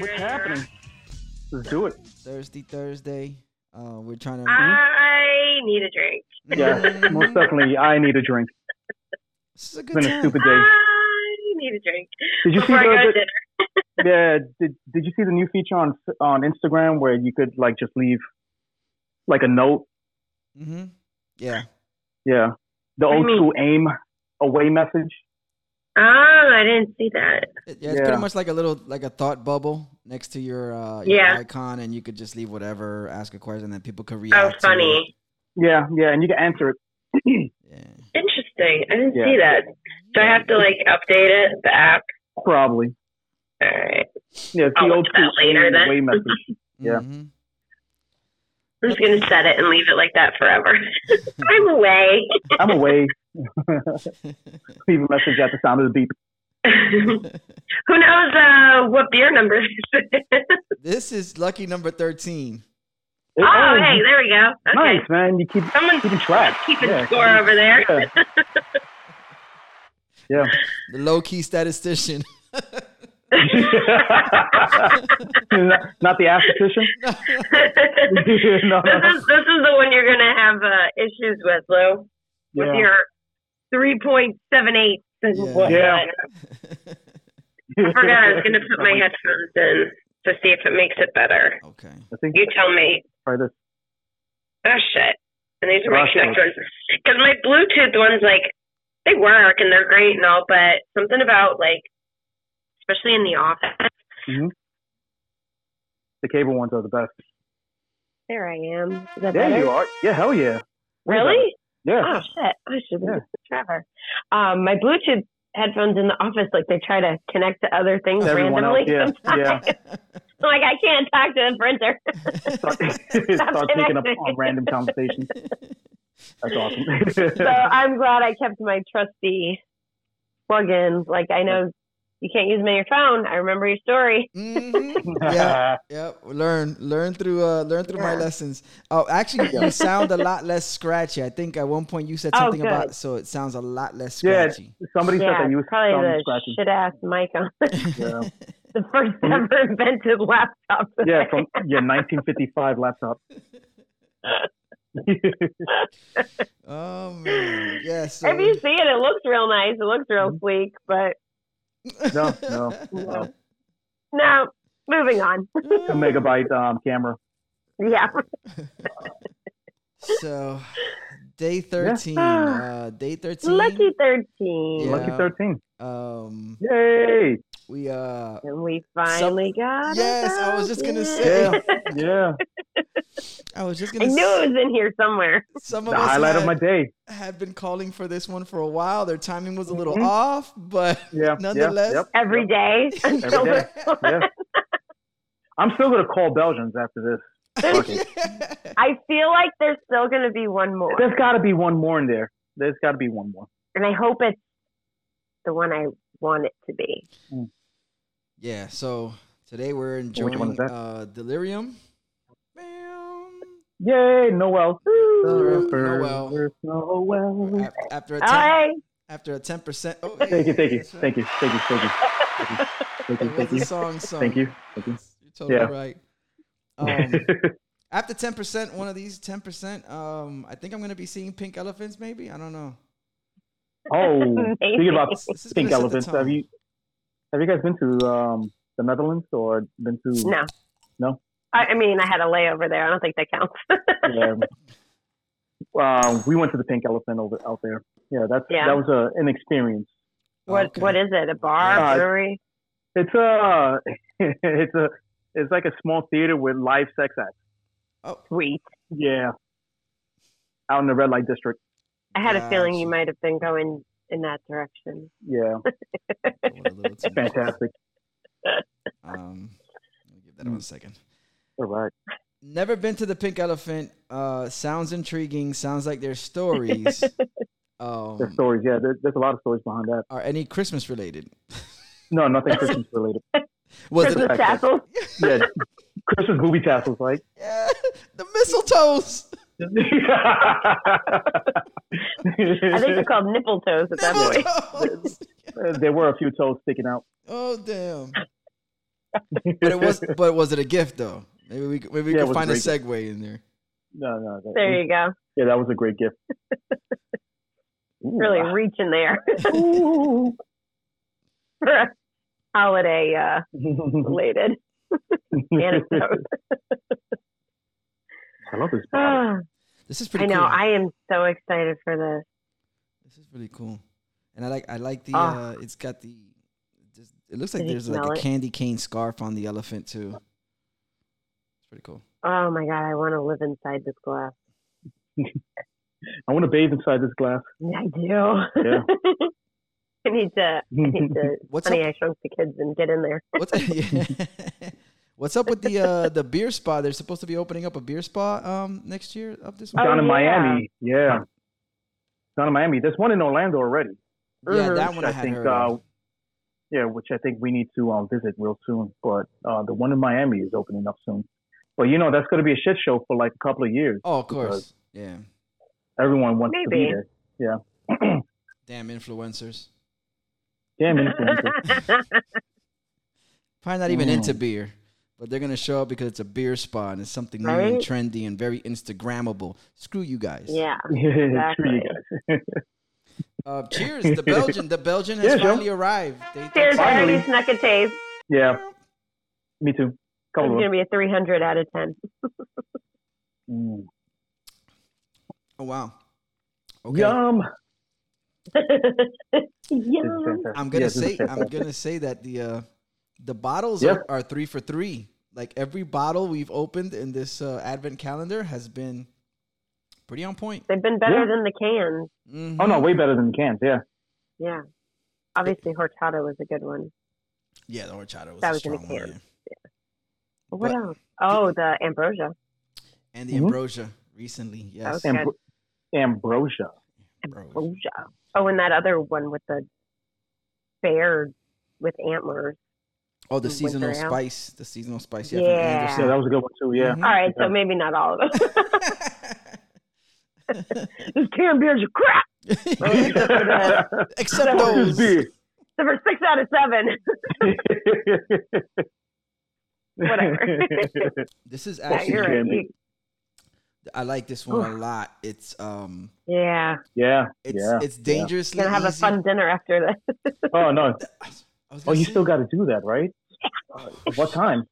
what's happening? Let's do it. Thursday, Thursday. Uh, we're trying to. Ah. Mm-hmm. Mm-hmm. I need a drink. Yes, most definitely. I need a drink. This is a It's good been a time. stupid day. I need a drink. Did you see Before I go to the, dinner. the yeah? Did, did you see the new feature on on Instagram where you could like just leave like a note? Mm-hmm. Yeah. Yeah, the What do you old mean? school aim away message. Oh, I didn't see that. It- yeah, it's Yeah. pretty much like a little like a thought bubble next to your, uh, your Yeah. icon, and you could just leave whatever, ask a question, and then people could Oh, react. to funny. Yeah, yeah, and you can answer it it. Yeah. Interesting. I didn't Yeah. see that. Do I have to like update it, the app? probably. All right. Yeah, it's I'll the look old at school Oh, that later aim then. away message. Yeah. Mhm. I'm just gonna set it and leave it like that forever. I'm away. I'm away. Mm-hmm. leave a message at the sound of the beep. Who knows uh, what beer number this is? this is lucky number thirteen. It- oh, oh, hey, there we go. Okay. nice man. You keep Someone's keeping track. keeping yeah. score over there. Yeah. yeah. The low key statistician. not, not the aesthetician. this no. is this is the one you're gonna have uh, issues with, Lou. With Yeah. your three point seven eight. Yeah. Yeah. I forgot I was gonna put my headphones in to see if it makes it better. okay. I think You tell me. try this. Oh shit! And these are my Rock on. connect ones because my Bluetooth ones like they work and they're great and all, but something about like especially in the office. The cable ones are the best. There I am. Is that Yeah, better? you are. Yeah, hell yeah. Way Really? better. Yeah. Oh shit! I should Yeah. have Trevor. Um, my Bluetooth headphones in the office, like they try to connect to other things Everyone else, randomly. yeah, sometimes. like I can't talk to the printer. Start, start picking up on random conversations. That's awesome. so I'm glad I kept my trusty plug-in. Like I know you can't use them on your phone. I remember your story. Mhm. Yeah. Yeah. Learn. Learn through. Uh, learn through my Yeah. lessons. Oh, actually, you sound a lot less scratchy. I think at one point you said Oh, something good. about so it sounds a lot less Yeah, it's- scratchy. Somebody yeah, said that you was probably thumb the scratching. shit ass mic on Yeah. the first ever invented laptop. Mm-hmm. yeah, from your 1955 laptop. Oh man. Yeah. So. If you see it, it looks real nice. It looks real Mm-hmm. sleek, but No, no, no. no. Moving on. A megabyte um, camera. Yeah. So, day thirteen. Uh, day thirteen. Lucky 13. Yeah. Lucky 13. Um, Yay! we uh. And we finally got Yes, it I was just gonna out. say. Yeah, yeah. I was just I gonna. knew s- it was in here somewhere. Some The of us highlight had, of my day. had been calling for this one for a while. Their timing was a little Mm-hmm. Mhm. off, but Yeah. Nonetheless. Yeah, yep, every day until Every we're day. yeah. I'm still gonna call Belgians after this. Fuck it. I feel like there's still going to be one more, There's got to be one more in there. There's got to be one more. and I hope it's the one I want it to be. Yeah, so today we're one is enjoying that? uh, Delirium. Bam. Yay, Noel. Noel. Surfer, Noel. Af- After a All 10, right. after a 10%. Oh, Thank you, hey, thank you, that's right. thank you, thank you, thank you, thank you, It thank was you, a song song. thank you, thank you. You're totally Yeah. right. Um, after 10%, one of these 10%, um, I think I'm going to be seeing Pink Elephants maybe. I don't know. oh, speaking about This is pink gonna set the elephants, tone. have you have you guys been to um, the Netherlands or been to? No. No? I, I mean, I had a layover there. I don't think that counts. Yeah. Um, we went to the Pink Elephant over out there. Yeah, that's Yeah. that was a, an experience. what Okay. What is it? A bar, Uh, brewery? It's a it's a it's like a small theater with live sex acts. Sweet. Yeah, out in the red light district. I had a feeling Gotcha. you might have been going in that direction. Yeah, Going a little too much. fantastic. Um, let me give that Mm. one second. All right. Never been to the Pink Elephant. Uh, sounds intriguing. Sounds like there's stories. um, There's stories. Yeah, there, there's a lot of stories behind that. are any Christmas related? No, nothing Christmas related. Was it Christmas tassels. Yeah, Christmas movie tassels, like. yeah, the mistletoes? I think they're called nipple toes at that point. Mistletoes. there were a few toes sticking out. oh damn! But it was but was it a gift though? Maybe we could- maybe we Yeah, it could was find a great. segue in there. no, no. That, There you go. Yeah, that was a great gift. Ooh, Really ah. reaching there for a holiday uh, related anecdote. I love this. bottle. Ah, This is I pretty know. cool. I am so excited for this. This is really cool. And I like I like the Ah. uh it's got the just, it looks like Can you there's like smell a it? candy cane scarf on the elephant too. It's pretty cool. Oh my god, I want to live inside this glass. I want to bathe inside this glass. I do. Yeah. I need to. I need to. What's Honey, up I shrunk the kids and get in there. what's, what's up with the uh the beer spa? They're supposed to be opening up a beer spa um next year up this Oh, down in yeah. Miami. Yeah, down in Miami. There's one in Orlando already. Yeah, Mhm. that one I I had think, heard of. uh, Yeah, which I think we need to um, visit real soon. But uh, the one in Miami is opening up soon. But you know that's going to be a shit show for like a couple of years. Oh, of course. because- Yeah. Everyone wants to be Maybe. there. Damn influencers. Damn influencers. Probably not even Mm. into beer, but they're gonna show up because it's a beer spa and it's something new and Right? trendy and very Instagrammable. Screw you guys. yeah. Yeah, true, you Exactly. guys. Uh, cheers. The Belgian. The Belgian has Cheers, yo. finally arrived. They, Cheers, I Finally. already snuck a taste. It's Yeah, me too. Couple of gonna them. be a 300 out of 10. Mm. Oh wow. Okay. Yum. This is Yum. fantastic. I'm gonna Yeah, this is say. I'm fantastic. gonna say that the uh, the bottles Yeah. are, are three for three. Like every bottle we've opened in this uh, advent calendar has been pretty on point. They've been better Yeah. than the cans. Mhm. Oh no, way better than cans. Yeah. Yeah. Obviously, horchata was a good one. Yeah, the horchata was That a was in the strong one. can. yeah. But what But- else? Oh, the ambrosia. And the Mhm. ambrosia recently. Yes. Okay. Ambro- ambrosia. Ambrosia. Ambrosia. Oh, and that other one with the bear with antlers. Oh, the Winter seasonal ale. spice. The seasonal spice. Yeah. Yeah. Yeah, From that was a good one too. Yeah. Mhm. All right, Yeah. so maybe not all of them. Anderson. These canned beers are crap. Mm-hmm. Oh, Except Fuck this those. beer. So for six out of seven. Whatever. This is Yeah, actually. you're right. candy. You- I like this one a lot. It's um. yeah. yeah. It's yeah. it's yeah. dangerously Gonna have a easy. fun dinner after this. Oh no. I was Oh, gonna you say- still got to do that, right? Uh, what time?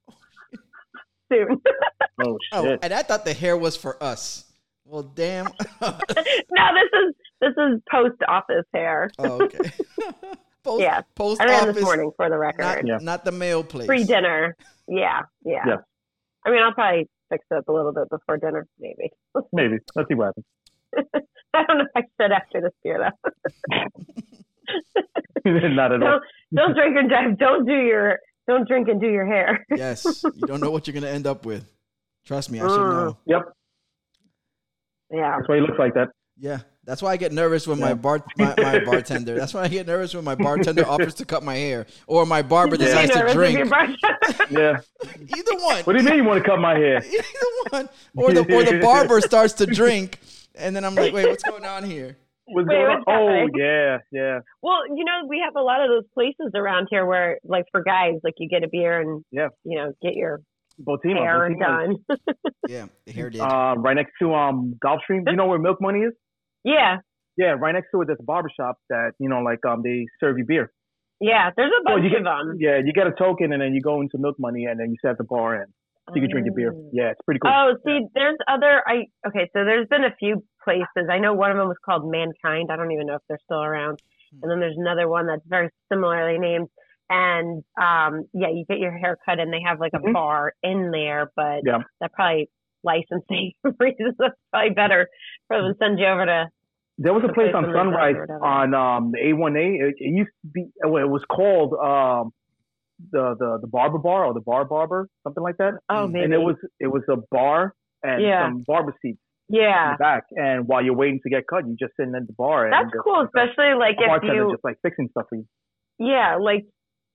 soon. Oh Oh, shit. and I thought the hair was for us. Well, damn. oh, no, this is this is post office hair. Oh, okay. post Yeah, post I ran this office, morning for the not record. Yeah. not the mail place. Free dinner. Yeah, yeah. Yeah. I mean, I'll probably fix it up a little bit before dinner, maybe. Maybe. Let's see what I don't know if I should after this beer though. happens. Not at all. Don't, don't drink and drive. Don't do your. Don't drink and do your hair. Yes, you don't know what you're gonna end up with. Trust me, I should Mm. know. Yep. Yeah. That's why he looks like that. Yeah, that's why I get nervous when my Yeah. bar my, my bartender. That's why I get nervous when my bartender offers to cut my hair or my barber You're decides to nervous if drink. you're bartending. Yeah. Either one. What do you mean you want to cut my hair? Either one. Or the or the barber starts to drink, and then I'm like, wait, what's going on here? What's Wait, going what's on? happening? Oh yeah, yeah, Well, you know, we have a lot of those places around here where, like, for guys, like you get a beer and Yeah. you know, get your Botima. hair Botima. done. Yeah, the hair did. Um, right next to um Gulfstream. You know where Milk Money is? yeah, Yeah, right next to it. There's a barbershop that you know, like um, they serve you beer. yeah. There's a Well, bunch you of get them. yeah, you get a token and then you go into Milk Money and then you sit at the bar and you can drink your beer. Oh. Yeah, it's pretty cool. Oh, see, there's other. I okay. So there's been a few places. I know one of them was called Mankind. I don't even know if they're still around. Hmm. And then there's another one that's very similarly named. And um, yeah, you get your hair cut, and they have like a Mhm. bar in there, but Yeah. that probably licensing reasons that's probably better for them to send you over to. There was a the place place on on the Sunrise side or whatever. on um, the A1A. It, it used to be, well, it was called um, the, the the Barber Bar or the Bar Barber, something like that. Oh, Mm. maybe. And it was it was a bar and Yeah. some barber seats in yeah, the back. And while you're waiting to get cut, you just sitting at the bar. that's and just, cool, especially like the if bartender you just like fixing stuff for you. Yeah, like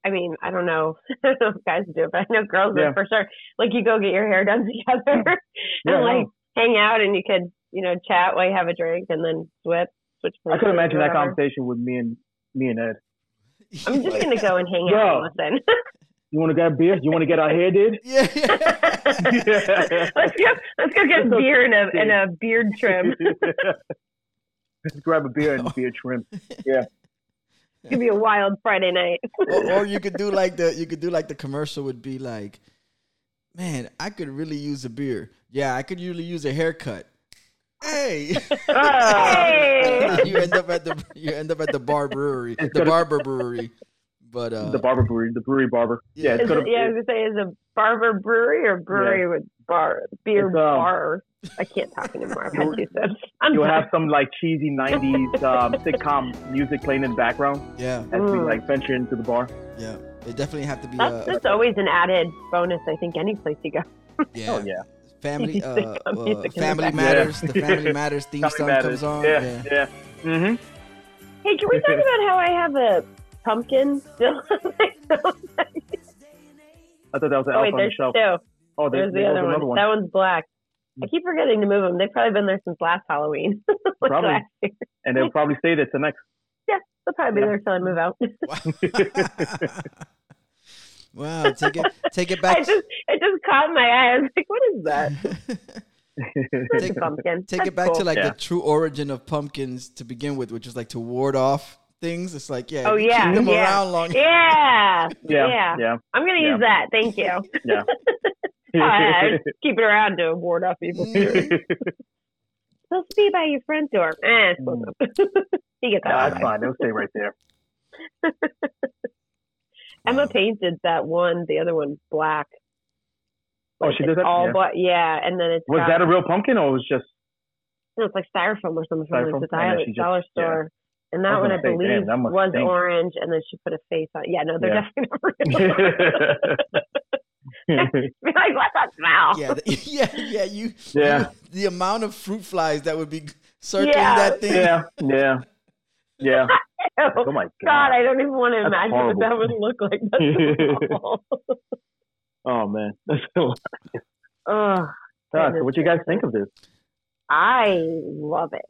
I mean, I don't know if guys do it, but I know girls Yeah. do for sure. Like you go get your hair done together Yeah, I and know. like hang out and you could, you know, chat while you have a drink and then switch switch I places or could imagine that whatever. conversation with me and me and Ed. I'm just gonna go and hang Yo. out and listen. You want to get a beer? You want to get our hair did? Yeah, yeah. let's go. Let's go get beer and a and a beard trim. Let's grab a beer and beer trim. It's gonna be a wild Friday night. or, or you could do like the you could do like the commercial would be like, man, I could really use a beer. Yeah, I could really use a haircut. Hey, Ah. hey. you end up at the you end up at the bar brewery, the barber brewery. But uh, The barber brewery, the brewery barber. Yeah, Is it's it- gonna. yeah, I was gonna say is a barber brewery or brewery with bar beer It's, um, bar. I can't talk anymore. I've had two sips. I'm You'll done. have some like cheesy '90s um, sitcom music playing in the background yeah, as we Mm. like venture into the bar. yeah, it definitely have to be That's uh, just always an added bonus. I think any place you go. yeah, Oh yeah, family Music uh, on uh, music in the family back. matters. Yeah. The family matters theme Family song matters. comes on. Yeah, yeah. yeah. Mm-hmm. Hey, can we talk about how I have a pumpkin still? I thought that was an oh wait, elf on the there's shelf. two. Oh, There's there's, the there's other another one. one. Mm. That one's black. I keep forgetting to move them. They've probably been there since last Halloween. Like Probably. last year. And they'll probably say that to next. They'll probably be Yeah. there till I move out. wow, take it take it I back. just it just caught my eye. I was like, what is that? It's Take- a pumpkin. take That's it back cool. to like Yeah. the true origin of pumpkins to begin with, which is like to ward off things. It's like yeah, Oh, you keep yeah, them yeah. around long. Yeah. yeah, Yeah. yeah. I'm gonna use that. Thank you. I keep it around to ward off evil. Mhm. Supposed to be by your front door. Eh, it's supposed Mm. to. you get that. Nah, out it's of fine. They'll stay right there. Emma painted that one, the other one black. Oh, Like, she it's did that? All Yeah. black. Yeah, and then it's Was got- that a real pumpkin or was just? No, it's like styrofoam or something from Styrofoam? like the I know, dollar, she just- dollar yeah. store. And I that was one, I gonna say, believe, damn, that must was stink. orange, and then she put a face on. Yeah, no, they're Yeah. definitely not real. Be like, what's that smell? yeah, th- yeah, yeah. You, Yeah. you- the amount of fruit flies that would be circling Yeah. that thing. yeah, yeah, yeah. Ew. Oh my God, god. I don't even want to That's imagine what that would horrible. look like. That's awful. Oh man. so Ugh, what you guys think of this? I love it.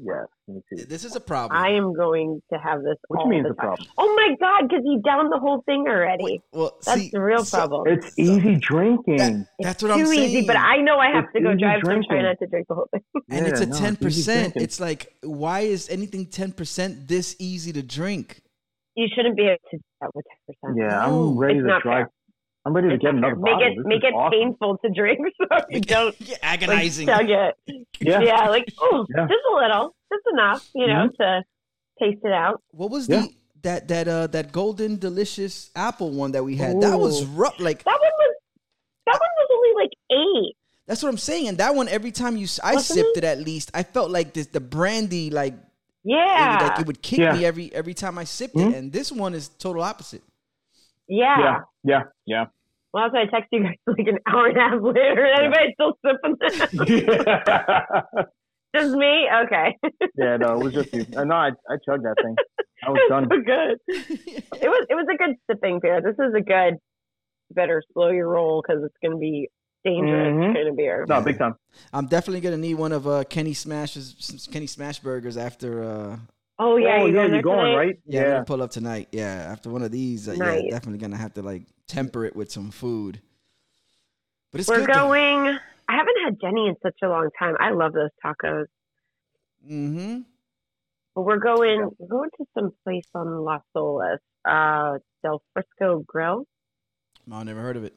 Yes, me too. This is a problem. I am going to have this. What all do you mean the the time. problem? Oh my God, because he downed the whole thing already. Wait, well, That's see, the real so- problem. It's easy drinking. That- that's what I'm Too saying. easy, but I know I have It's to go easy drive, so I'm drinking. trying not to drink the whole thing. and Yeah, it's a no, ten it's easy percent. drinking. It's like, why is anything ten percent this easy to drink? You shouldn't be able to do that with 10%. Yeah, No. I'm ready It's to not try. fair. I'm ready to It's get not another fair. make bottle. it This make is it awesome. painful to drink so you don't Yeah, like, agonizing. chug it. Yeah. yeah, like oh, Yeah. Mm-hmm. just a little, just enough, you know, to taste it out. What was Yeah. the that that uh that golden delicious apple one that we had? That was Ooh. rough. Like That one was that one was only like eight. that's what I'm saying. And that one, every time you s- I Wasn't sipped it, at least I felt like this the brandy like it would- Yeah, like it would kick Yeah. Hmm? me every every time I sipped it. And this one is total opposite. yeah. Yeah, yeah, yeah. Well, that's why I texted you guys like an hour and a half later. and Anybody still sipping this? just me? Okay, yeah, no, it was just you. Uh, No, I, I chugged that thing. I was It's done. so good. It was it was a good sipping beer. This is a good, better slow your roll because it's gonna be dangerous Mhm. kind of beer. No, big time. I'm definitely gonna need one of uh Kenny Smash's s- Kenny Smash burgers after uh Oh yeah, you oh, yeah, going there you're going tonight? right. yeah, I'm gonna pull up tonight. Yeah, after one of these, uh, yeah, Nice. definitely gonna have to like temper it with some food. But it's We're good though. going. I haven't had Jenny in such a long time. I love those tacos. Mm-hmm. But we're going. Yeah. We're going to some place on Las Olas, uh, Del Frisco Grill. No, Oh, I never heard of it.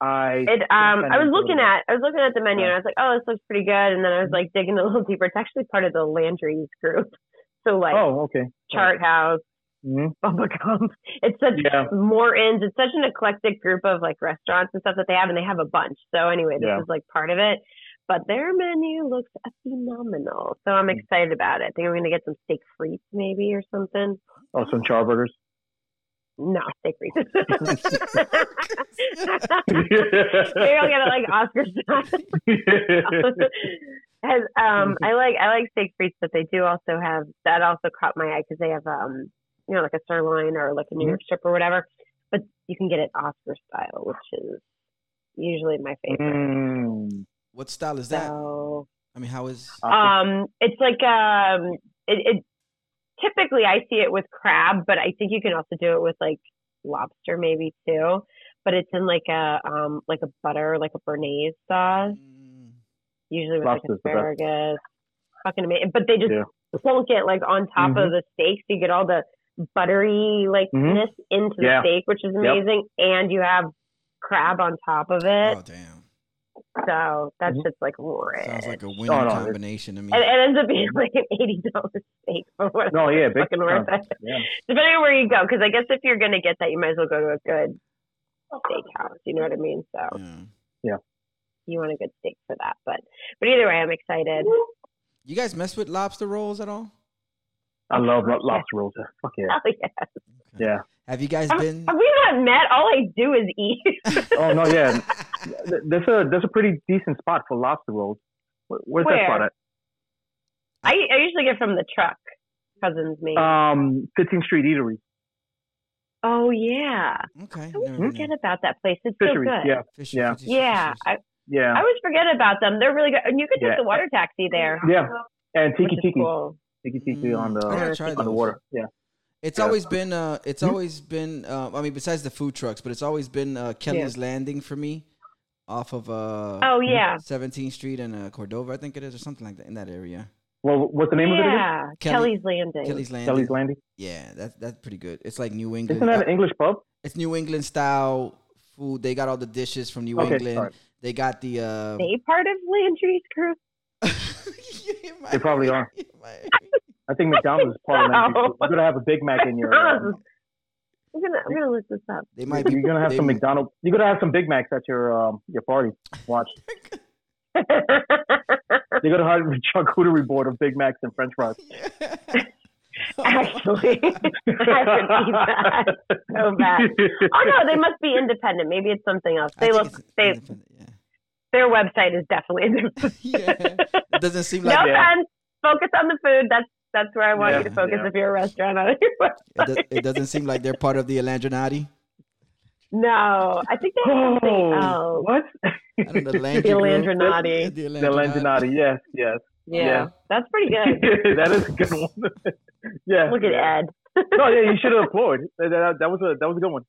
I It. Um, I was looking at. at. I was looking at the menu, and I was like, "Oh, this looks pretty good." And then I was like digging a little deeper. It's actually part of the Landry's group. So like Oh, okay. Chart House, Mhm. Bubba Gump. It's such Yeah. more ends. It's such an eclectic group of like restaurants and stuff that they have, and they have a bunch. So anyway, this Yeah. is like part of it. But their menu looks phenomenal, so I'm excited about it. I think I'm gonna get some steak frites maybe or something. Oh, some charburgers. No steak frites. maybe I'll get it like Oscar style. Has, um, I like I like steak frites, but they do also have that also caught my eye because they have um, you know, like a sirloin or like a Mm-hmm. New York strip or whatever. But you can get it Oscar style, which is usually my favorite. Mm. What style Mm-hmm. is that? So, I mean, how is? um, it's like um, it, it typically I see it with crab, but I think you can also do it with like lobster maybe too, but it's in like a um like a butter like a béarnaise sauce, Mm. usually with Lobster's the like best. asparagus. Fucking amazing! But they just Yeah. Mm-hmm. plunk it like on top of the steak, so you get all the buttery likeness into the Yeah. steak, which is amazing, and you have crab on top of it. Oh damn! So that's Mhm. just like rich. Sounds like a winning no, it's- combination to me. and it ends up being like an eighty dollar steak for what? No, Oh, yeah, big fucking worth time. it. Yeah. Depending on where you go, because I guess if you're gonna get that, you might as well go to a good steakhouse. You know what I mean? So Yeah. you want a good steak for that. But but either way, I'm excited. You guys mess with lobster rolls at all? I love lo- lobster rolls. Fuck yeah. Hell yeah. Yeah. Have you guys Have, been? have we not met? All I do is eat. Oh no, yeah. Th- There's a there's a pretty decent spot for lobster rolls. Where- Where's Where? that spot at? I I usually get from the truck. Cousins made. Um, 15th Street Eatery, oh yeah. okay. I always never forget been. about that place. It's so Fisheries. good. Yeah, Fish- Yeah. fish- fish- Yeah, fish- I, I yeah, always forget about them. They're really good, and you can take Yeah. the water taxi there. yeah. And which tiki is tiki, cool. Mm. tiki tiki on the I gotta on try the those. water. Yeah. It's Yeah. always been uh it's Hmm? always been uh, I mean besides the food trucks, but it's always been uh Kelly's Landing for me off of uh Oh yeah, 17th Street and uh, Cordova I think it is or something like that in that area. Well, what's the name of it again? yeah. Kelly- Kelly's Landing. Kelly's Landing. Kelly's Landing. Yeah, that's that's pretty good. It's like New England Isn't that uh, an English pub? it's New England style food. They got all the dishes from New Okay, England. sorry. They got the uh they part of Landry's group? You might- They probably are. you might- I think McDonald's is part of No. Landry. You're gonna have a Big Mac in your. uh, Gross. I'm gonna I'm gonna look this up. They might be You're gonna have they- some McDonald. You're gonna have some Big Macs at your um, your party. Watch. You're gonna have a charcuterie board of Big Macs and French fries. Actually, I could eat that so bad. Oh no, they must be independent. Maybe it's something else. I They think look it's they independent, yeah. their website is definitely independent. yeah. It doesn't seem No like Yeah. offense. Focus on the food. That's that's where I want you to Yeah, focus yeah. if you're a restaurant on your website. it, does, it doesn't seem like they're part of the Alangernati. No, I think that's something Oh, else. what? I don't know, the The Landry Landronati. The The Landonati, yes, yes. Yeah, Yeah. that's pretty good. that is a good one. yeah. Look at Ed. No, yeah, you should have applauded. That, that, that was a that was a good one.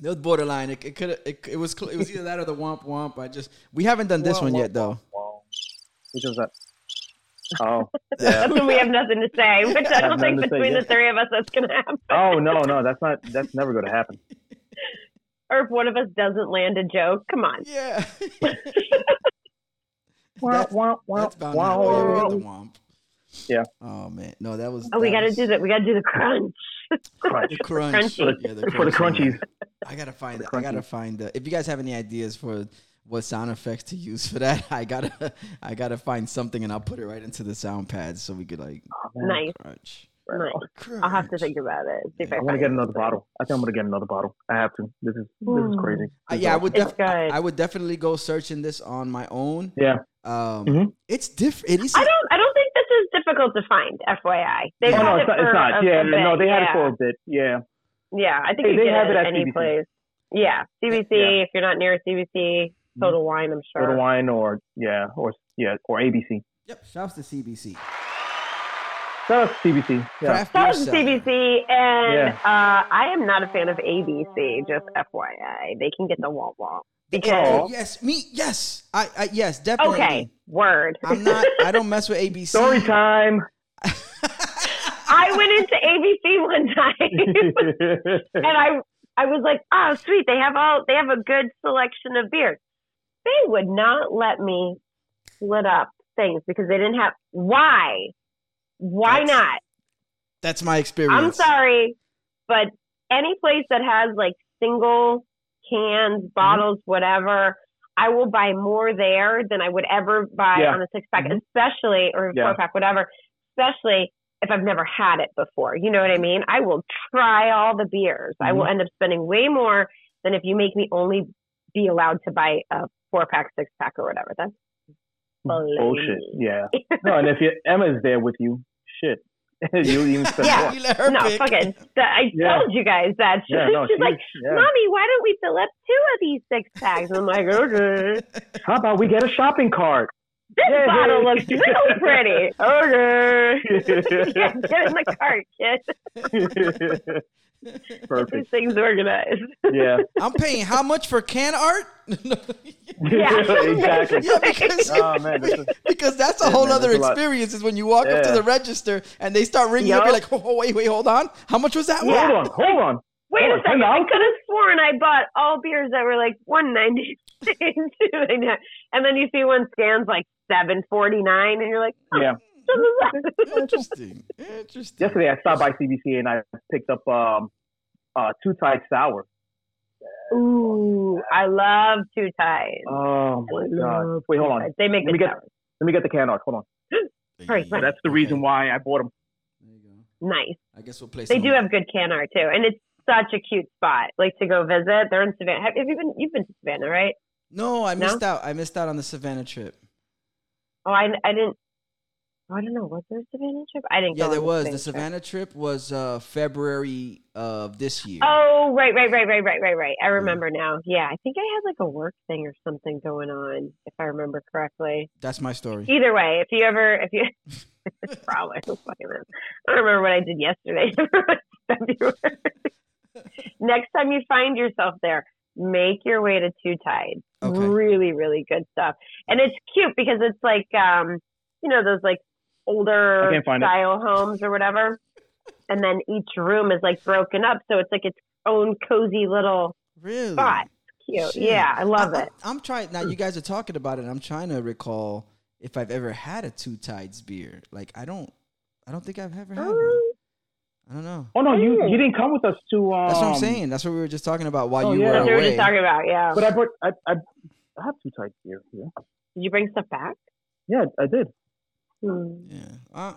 That was borderline. It, it could it, it was cl- it was either that or the Womp Womp. I just we haven't done this Womp one Womp yet though. Wow. Which was that? Oh, yeah. That's when we have nothing to say, which I Have don't think nothing to say, between yeah. the three of us that's going to happen. Oh no, no, that's not. That's never going to happen. Or if one of us doesn't land a joke, come on. Yeah. Wow, That's- wow, wow, That's about wow. it. Yeah, we got the Womp. Yeah. Oh man, no, that was. Oh, we that got to was- do that. We got to do the crunch. Crunch. The crunch. Crunchy. Yeah, the For the crunch. crunchies. I gotta find. the I gotta crunchies. find. Uh, if you guys have any ideas for what sound effects to use for that, I gotta. I gotta find something and I'll put it right into the sound pads so we could like Nice. crunch. Nice. crunch. I'll have to think about it. See if Yeah, I I want to find get it. another bottle. I think I'm going to get another bottle. I have to. This is this is Hmm. crazy. Uh, yeah, I would. It's Def- good. I, I would definitely go searching this on my own. Yeah. Um, Mhm. it's different. It is. Mm-hmm. I don't. I don't think this is difficult to find. FYI, they've Oh, had no, it it's not. for It's not. a- Yeah, a bit, no, they had yeah. it for a bit. Yeah. Yeah, I think Hey, you they get have it it at at any CBC. place. Yeah, CBC. Yeah. If you're not near a CBC, Total Wine, I'm sure. Total Wine or yeah or yeah or ABC. Yep. Shouts to CBC. Shout out to CBC. Yeah. Craft That beer was cellar. CBC, and uh, I am not a fan of ABC. Just FYI, they can get the womp womp. Oh, Because yes, me. Yes, I. I yes, definitely. okay, word. I'm not. I don't mess with ABC. Story time. I went into ABC one time, and I I was like, oh sweet, they have all they have a good selection of beers. They would not let me split up things because they didn't have why. Why That's- not? That's my experience. I'm sorry, but any place that has like single cans, Mm-hmm. bottles, whatever, I will buy more there than I would ever buy Yeah. on a six pack, Mhm. especially or a Yeah. four pack, whatever. Especially if I've never had it before. You know what I mean? I will try all the beers. I Mm-hmm. will end up spending way more than if you make me only be allowed to buy a four pack, six pack, or whatever. That's Bullshit. Yeah. No, and if your Emma's there with you, shit, you even spend Yeah. more. You let her no pick. fucking. I Yeah. told you guys that. Yeah. No, She's she, like, yeah. Mommy, why don't we fill up two of these six packs? I'm like, okay. How about we get a shopping cart? This Yeah, bottle looks dude. real pretty. Okay. yeah, get in the cart, kid. Perfect. things organized. Yeah. I'm paying how much for can art? Yeah. exactly. yeah, because, Oh man, this is because that's a Yeah, whole man, other that's a lot. experience is when you walk up to Yeah. the register and they start ringing up. You're Yup. like, oh, wait, wait, hold on. How much was that hold one? Yeah. on, hold on. Wait Oh, a second. I $10? could have sworn I bought all beers that were like one ninety six, two ninety nine, and then you see one scans like seven forty nine, and you're like, oh, Yeah. this is- Interesting. Interesting. Yesterday I stopped by CBC and I picked up um uh two tight sour. Ooh, I love two ties. Oh my god. Wait, hold on. They make Let me good get- sours. Let me get the can art. Hold on. Right, right. That's the reason why I bought them. There you go. nice. I guess we'll play They some- do have good can art too, and it's such a cute spot, like to go visit. They're in Savannah. Have have you been? You've been to Savannah, right? No, I No? missed out. I missed out on the Savannah trip. Oh, I, I didn't. oh, I don't know. Was there a Savannah trip? I didn't. Yeah, go there on was. The trip. Savannah trip was uh, February of this year. Oh, right, right, right, right, right, right, right. I remember now. Yeah, I think I had like a work thing or something going on, if I remember correctly. That's my story. Either way, if you ever, if you, probably, I don't fucking know. I don't remember what I did yesterday. February. Next time you find yourself there, make your way to Two Tides. Okay. Really, really good stuff, and it's cute because it's like, um, you know, those like older I can't find it. style homes or whatever, and then each room is like broken up, so it's like its own cozy little Really? spot. Cute, Shit. yeah, I love I- it. I, am trying now. You guys are talking about it. I'm trying to recall if I've ever had a two tides beer. Like I don't, I don't think I've ever had one. Oh, I don't know. Oh no, you Mm. you didn't come with us to. Um, That's what I'm saying. That's what we were just talking about while oh, you yeah. were That's what we were away. just talking about. Yeah, But I brought I I, I have two tight here. Yeah, did you bring stuff back? yeah, I did. Hmm. yeah. Uh,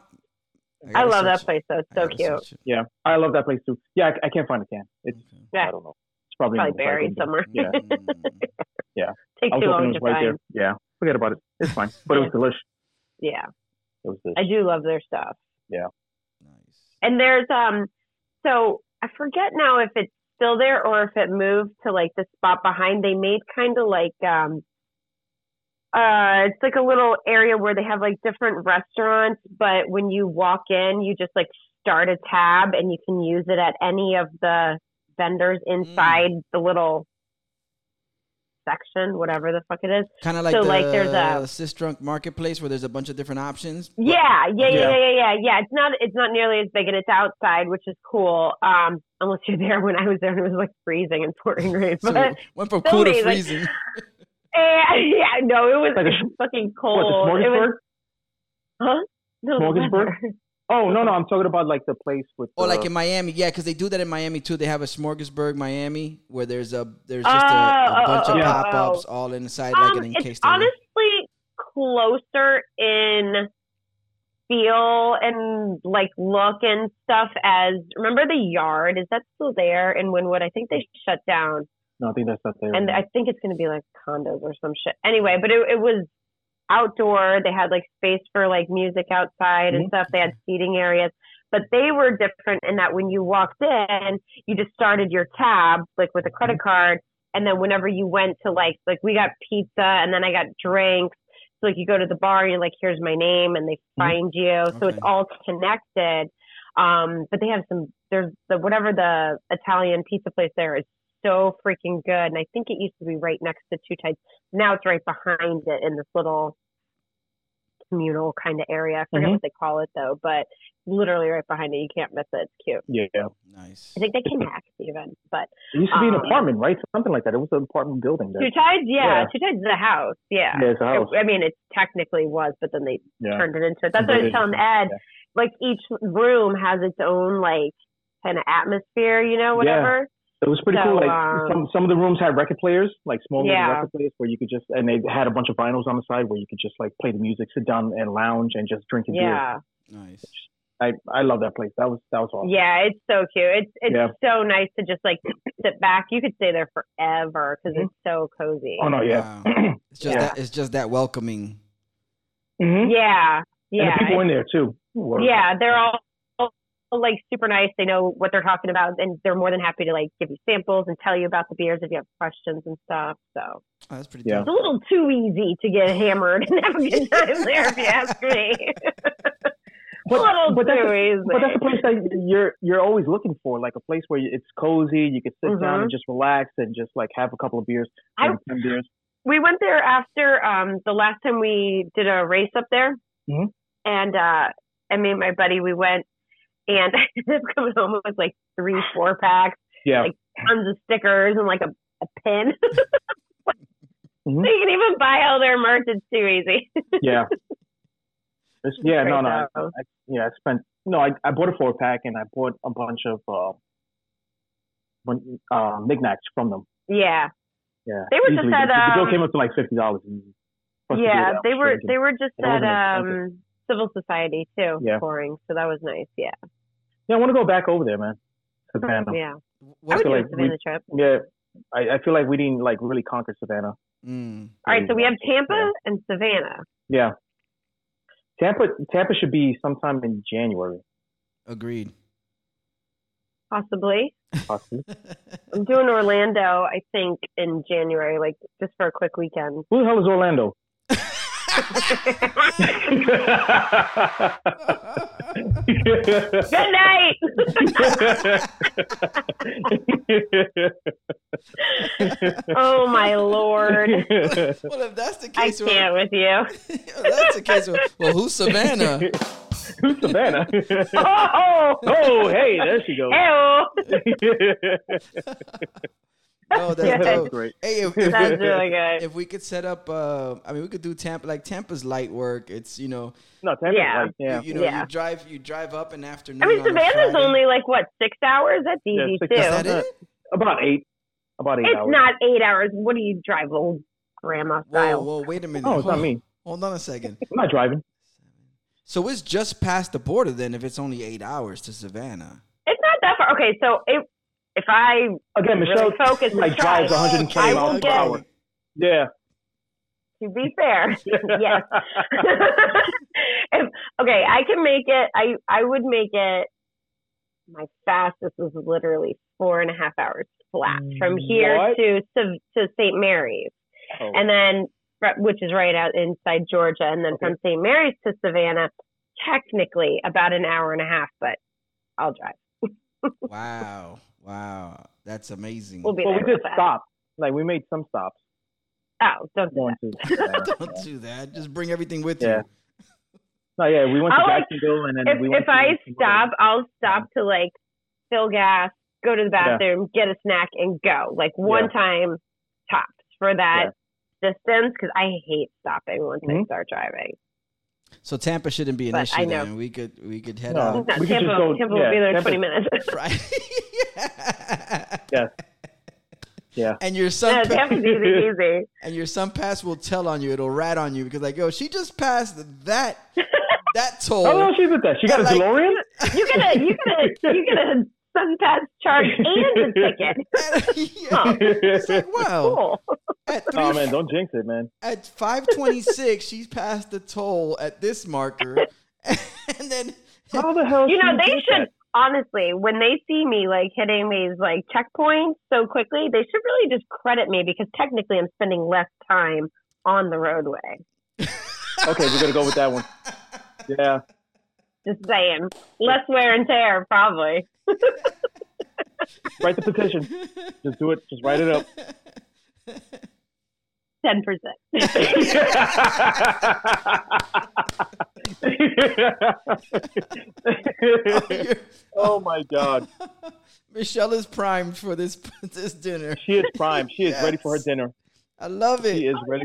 I gotta love that search- place though. It's I so gotta cute. search it. Yeah, I love that place too. Yeah, I, I can't find a can. It's Okay. I Yeah, don't know. It's probably, in probably the buried recycling bin. somewhere. Yeah, Mm. Take I was too hoping long it was to right find. there. Yeah, forget about it. It's fine, but it was delicious. Yeah, It was I delicious. do love their stuff. nice. And there's um, so I forget now if it's still there or if it moved to like the spot behind. They made kind of like um, uh, it's like a little area where they have like different restaurants, but when you walk in, you just like start a tab and you can use it at any of the vendors inside the little section, whatever the fuck it is. Kind of like So, the like, there's a- sis drunk marketplace where there's a bunch of different options. but- Yeah, yeah, yeah, Yeah. yeah, yeah, yeah, yeah. It's not it's not nearly as big and it's outside, which is cool. Um, unless you're there when I was there and it was like freezing and pouring rain. so But went from still cool to amazing. freezing. Eh, yeah, no, it was Like a- fucking What cold. the it was smorgasbord? huh? No, the Smorgasbord? weather. Oh no, no, I'm talking about like the place with. Or the, like in Miami, yeah, because they do that in Miami too. They have a smorgasburg Miami where there's a there's Oh, just a, a oh, bunch oh, of oh, pop ups oh. all inside, like Um, an it's encased area. honestly closer in feel and like look and stuff as remember the yard is that still there in Winwood? I think they shut down. No, I think that's not there. and I think it's going to be like condos or some shit. Anyway, but it, it was outdoor. They had like space for like music outside and Mhm. stuff. They had seating areas, but they were different in that when you walked in, you just started your tab like with a credit card, and then whenever you went to like like we got pizza, and then I got drinks. So like you go to the bar, and you're like, here's my name, and they find you. So Okay. it's all connected. Um, but they have some. There's the whatever the Italian pizza place there is so freaking good, and I think it used to be right next to Two Tides. Now it's right behind it in this little communal kind of area. I forget Mhm. what they call it though, but literally right behind it, you can't miss it. It's cute. yeah, yeah. nice. I think they connect even, but It used to be an Um, apartment, right? Something like that. It was an apartment building. There. Two Tides, yeah, Yeah. Two Tides is a house, yeah. Yeah, it's a house. It- I mean, it technically was, but then they Yeah. turned it into it. That's what I was telling Ed. Yeah. Like each room has its own like kind of atmosphere, you know, whatever. It was pretty So, cool. Like um, some some of the rooms had record players, like small little Yeah. record players, where you could just and they had a bunch of vinyls on the side where you could just like play the music, sit down and lounge and just drink a yeah. nice. beer. I I love that place. That was that was awesome. Yeah, it's so cute. It's it's Yeah. so nice to just like sit back. You could stay there forever because Mm-hmm. it's so cozy. Oh no, yeah. Wow. Mhm. It's just Yeah. that it's just that welcoming. Yeah, Mm-hmm. And yeah, the people in there too. were- yeah. They're all, all, like super nice. They know what they're talking about, and they're more than happy to like give you samples and tell you about the beers if you have questions and stuff. So Oh, that's pretty. Yeah. it's a little too easy to get hammered and have a good time there, if you ask me. But, a little but that's too a, easy. but that's a place that you're you're always looking for, like a place where it's cozy. You can sit down Mhm. and just relax and just like have a couple of beers, I- maybe ten beers. we went there after um the last time we did a race up there Mhm. and uh and me and my buddy we went and I ended up coming home with like three four packs Yeah, Like- tons of stickers and like a, a pin Mhm. so you can even buy all their merch it's too easy yeah. It's, yeah, no, no, So, I, yeah, I spent no, I, I bought a four pack and I bought a bunch of uh, bun- uh knickknacks from them. yeah Yeah, They were just easily. at, the, the bill um, came up to like fifty dollars. yeah they were they were just It at wasn't um civil society too Yeah. touring so that was nice yeah Yeah, I want to go back over there, man. Savannah. Yeah, yeah i What? would do like a savannah trip I, I feel like we didn't like really conquer Savannah. Mm. all right so we have tampa Yeah. and savannah Yeah. Tampa Tampa should be sometime in January, Agreed. possibly possibly. I'm doing Orlando, I think, in January, like just for a quick weekend. Who the hell is Orlando? Good night. oh my lord. well, if that's the I case, well, can't with you. if that's the case. Well, well, who's Savannah? Who's Savannah? Oh, oh, hey, there she goes. ew. No, that's Yeah. That's dope. great. Hey, if, That was if, really good. if we could set up, uh, I mean, we could do Tampa. Like Tampa's light work. It's you know, No, Tampa's Yeah. like, yeah. you, you know, Yeah. you drive, you drive up in the afternoon. I mean, on a Savannah's Friday. only like, what, six hours? That's Yeah, easy, six too. Is hours. that it? About eight. About eight It's hours. not eight hours. What do you drive, old grandma Whoa, style? Oh, whoa, wait a minute. No, Oh, it's not me. Hold on a second. I'm not driving. So it's just past the border then if it's only eight hours to Savannah. It's not that far. Okay, so it, if I Again, Michelle really focus and like try, drives 120 I will miles per get- hour. Yeah. to be fair, yes. if, okay, I can make it. I I would make it. My fastest was literally four and a half hours flat from here Mm, What? to to to St. Mary's, Oh. and then fr- which is right out inside Georgia, and then from St. Mary's to Savannah, technically about an hour and a half, but I'll drive. Wow. Wow. That's amazing. We'll be Well, there. we real did fast. stop. Like we made some stops. Oh, don't do Going to Don't do that. Just bring everything with Yeah. you. no, yeah, we went to I like- Jacksonville and then if, we went if to I stop, I'll stop to like fill gas, go to the Yeah. bathroom, get a snack, and go. Like one Yeah. time tops for that distance because I hate stopping once I Mhm. start driving. So Tampa shouldn't be an But I issue know. then. We could we could head No. out Not Uh, we could Tampa, just go- Tampa will yeah, be there in Tampa- 20 minutes. Friday. Yeah. Yeah. And your son yeah, pa- Tampa's easy, easy. and your son pass will tell on you. It'll rat on you because like, yo, she just passed that that toll. Oh no, she did that. She got a Like- DeLorean? You get a you get a you get a SunPass charge and a ticket. Yeah. It's like, wow. Cool. At three oh man, don't jinx it, man. at 526 she's passed the toll at this marker and then How the hell? You know, she they did should that? honestly, when they see me like hitting these like checkpoints so quickly, they should really just credit me because technically I'm spending less time on the roadway. Okay, we're gonna go with that one. Yeah. Just saying, less wear and tear probably. Write the petition. Just do it. Just write it up. Ten percent. oh my god. michelle is primed for this this dinner She is primed. She is ready for her Yes. dinner. i love it She Oh is ready.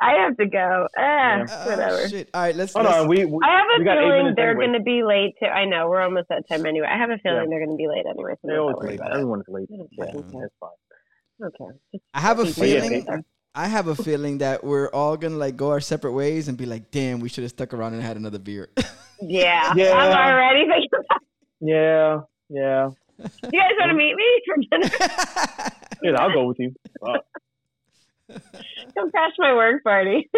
I have to go. Ah, Oh, whatever. shit. all right let's, Hold let's- on, we, we I have a we got eight feeling minutes they're anyway. going to be late too. I know we're almost at time anyway. I have a feeling Yeah. they're going to be late anyway. So They don't always worry late. about it. Everyone's late. Yeah, Yeah. that's fine. Okay. i have a But yeah, feeling Oh, they- i have a feeling that we're all gonna like go our separate ways and be like damn we should have stuck around and had another beer Yeah. Yeah. I'm already thinking. Yeah, yeah. Do you guys want to meet me for dinner? Dude, I'll go with you. Come crash my work party.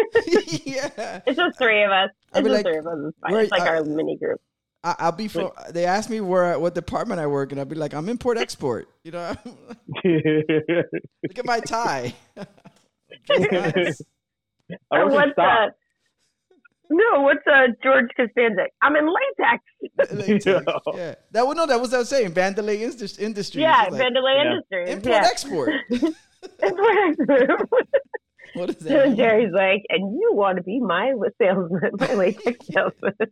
yeah It's just three of us. It's I'd just be like, three of us. It's, fine. where- it's like uh, our mini group. I, I'll be from. They ask me where I- what department I work, and I'll be like, I'm import export. You know, look at my tie. I Or wasn't what's stopped. that? no, what's uh, George Costanza? I'm in latex. Latex, Yeah. yeah. That would no, that was what I was saying. Vandalay Indus- Industries. yeah, It's like Vandalay Yeah. Industries. import export. Yeah. Import export. What is that? So mean? Jerry's like, and you want to be my salesman, my latex salesman.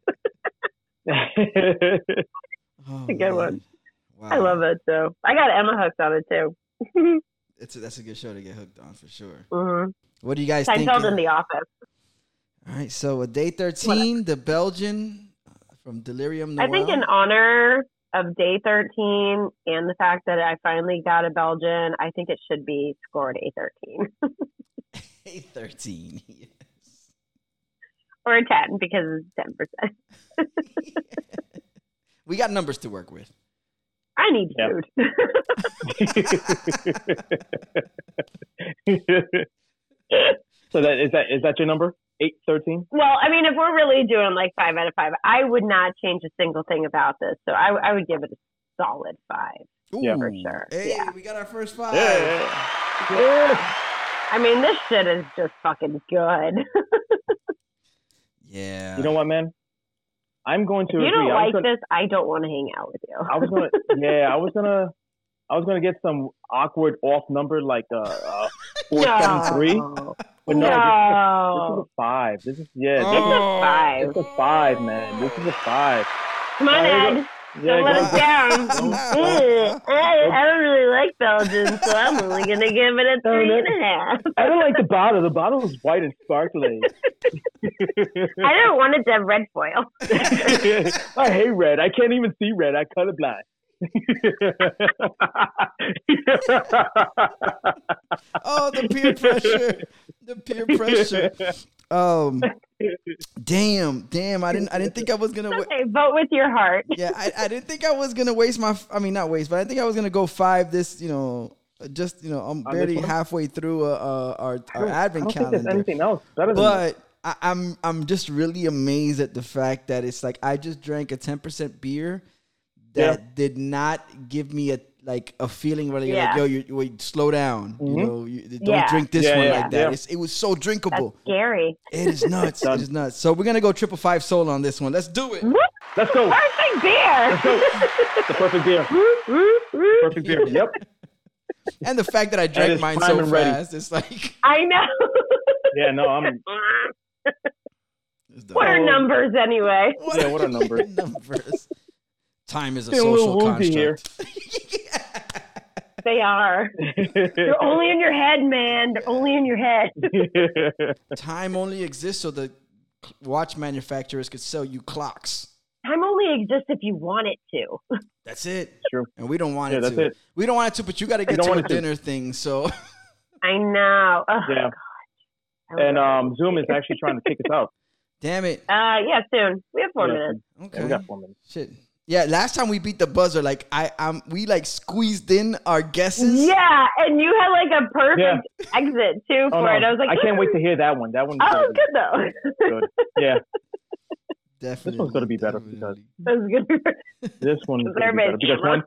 Oh, a good one. man. I Wow. love that show. I got Emma hooked on it too. It's a, that's a good show to get hooked on for sure. mm-hmm. What do you guys think? Seinfeld in the office. All right, so a day thirteen, the Belgian uh, from Delirium Noir. I think in honor of day 13 and the fact that I finally got a Belgian, I think it should be scored a 13 day thirteen. Yes. or a 10 because it's 10%. we got numbers to work with. I need Yeah. food. so that is that is that your number? Eight thirteen? well, I mean, if we're really doing like five out of five, I would not change a single thing about this. So I, I would give it a solid five. Yeah. For Ooh. sure, Hey, yeah. we got our first five. Yeah. I mean, this shit is just fucking good. Yeah. You know what, man? I'm going to If you agree. don't I like was gonna- this, I don't want to hang out with you. I was gonna, yeah, I was gonna, I was gonna get some awkward off number like uh, uh four seven three, No. but no. no, this, this is a five. This is yeah, It's a Oh. five. this, it's a five, man. This is a five. Come on, There you go. Ed. Yeah, Don't let us go- down. Mm, I, I don't really like Belgium, so I'm only going to give it a Darn three it. and a half. I don't like the bottle. The bottle is white and sparkling. I don't want it to have red foil. I hate red. I can't even see red. I colorblind. Oh, the peer pressure. The peer pressure. Um, damn, damn. I didn't. I didn't think I was gonna. Wa- Okay, vote with your heart. yeah, I, I didn't think I was gonna waste my. I mean, not waste, but I think I was gonna go five. This, you know, just you know, I'm this barely one? halfway through uh, uh, our I our don't, I advent don't think there's calendar. anything else better than that. But I, I'm I'm just really amazed at the fact that it's like I just drank a 10% beer that did not give me a like a feeling where you're like, yo, Yeah. you, wait, slow down. You Mhm. know, you, don't Yeah. drink this Yeah, one yeah, like that. yeah. It's, it was so That's drinkable. scary. It is nuts. it Done. is nuts. So we're gonna go triple five soul on this one. Let's do it. Whoop, Let's go. perfect beer. Go. The perfect beer. Whoop, whoop, whoop. Perfect beer. Yep. And the fact that I That drank is mine prime so and ready. fast, it's like I know. Yeah. No. I'm. it's what done. are Oh. numbers anyway? Yeah, what are numbers? numbers. Time is a Feeling a social little woozy here. construct. They are. They're only in your head, man. They're only in your head. Time only exists so the watch manufacturers could sell you clocks. Time only exists if you want it to. That's it. True. And we don't want Yeah, it that's to. it. We don't want it to, but you got to get don't to a want it to. dinner thing. So I know. Oh, Ugh, Yeah. God. And um, Zoom is actually trying to kick us out. damn it. Uh, yeah, soon. We have four Yeah. minutes. Yeah, Okay. we got four minutes. Shit. Yeah, last time we beat the buzzer, like I, um, we like squeezed in our guesses. Yeah, and you had like a perfect exit too Oh, for it. no. I was like, I can't wait "Ooh." to hear that one. That one's Oh, gonna it was good though. be good. Yeah, definitely. gonna be better definitely. That was good. this one's gonna be better Everybody's because one,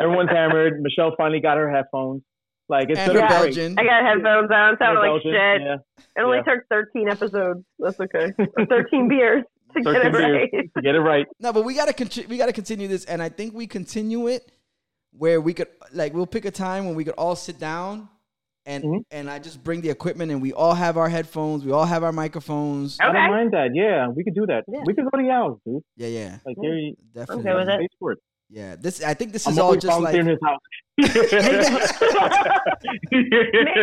everyone's hammered. Michelle finally got her headphones. Like it's And gonna a Yeah. be great. Belgian. I got headphones on. They're Sounded like Belgian, shit. yeah. It only yeah. took 13 episodes. That's okay. Or 13 beers to get 13 it beers. right. To Get it right. No, but we gotta contri- we gotta continue this, and I think we continue it where we could like we'll pick a time when we could all sit down, and Mhm. and I just bring the equipment, and we all have our headphones, we all have our microphones. I Okay. don't mind that. Yeah, we could do that. Yeah. We could go to Yao, dude. Yeah, yeah, Like here, you definitely. Okay with it. space for it. Yeah, this I think this I'm is all always just like volunteering his house. Make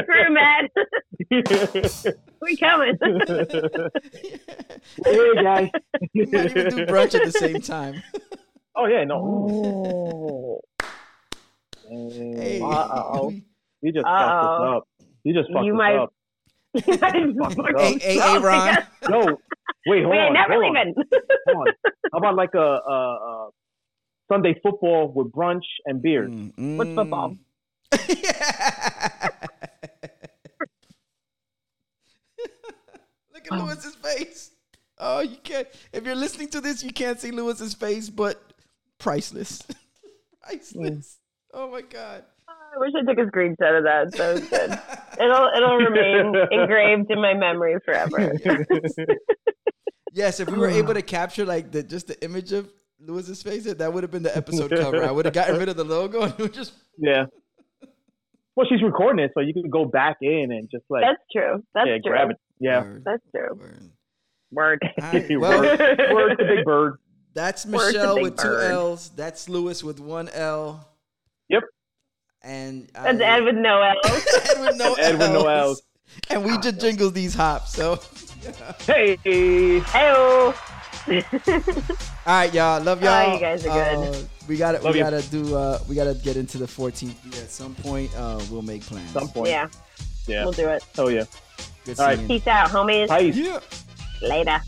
room, Ed. we coming. hey guys. we might even do brunch at the same time. Oh yeah, Oh. no. Ooh. Hey, Uh-oh. You just Uh-oh. fucked this up. You just fucked You this might- up. hey, hey, hey, Ron. No, wait, Oh, hold We on. ain't never hold Oh, on, leaving. Mm. hold on. How about like a, a, a Sunday football with brunch and beer? Mm, What's football? Look at Lewis's face. Oh, you can't. If you're listening to this, you can't see Lewis's face, but priceless. priceless. Oh my god. I wish I took a screenshot of that. That was good. It'll it'll remain engraved in my memory forever. Yes, if we were able to capture like the just the image of Lewis's face, that would have been the episode cover. I would have gotten rid of the logo and it would just Yeah. Well, she's recording it, so you can go back in and just like That's true. That's yeah, true. grab it. Yeah. Word, That's true. word. Word. All right, Word. well, Word to Big Bird. that's Where's the Michelle big with two bird? L's. That's Lewis with one L. Yep. And um, I- That's Ed with no L. Ed with no Ed with L's. no L's. And we just jingle these hops. So, Hey. Hey, all right, y'all. Love Oh, y'all. you guys are good. Uh, we got to Love We you. got to do. Uh, we got to get into the 14th beer at some point. Uh, we'll make plans. Some point. yeah, Yeah. we'll do it. Oh yeah. Good All right. seeing you. Peace out, homies. Peace. Yeah. Later.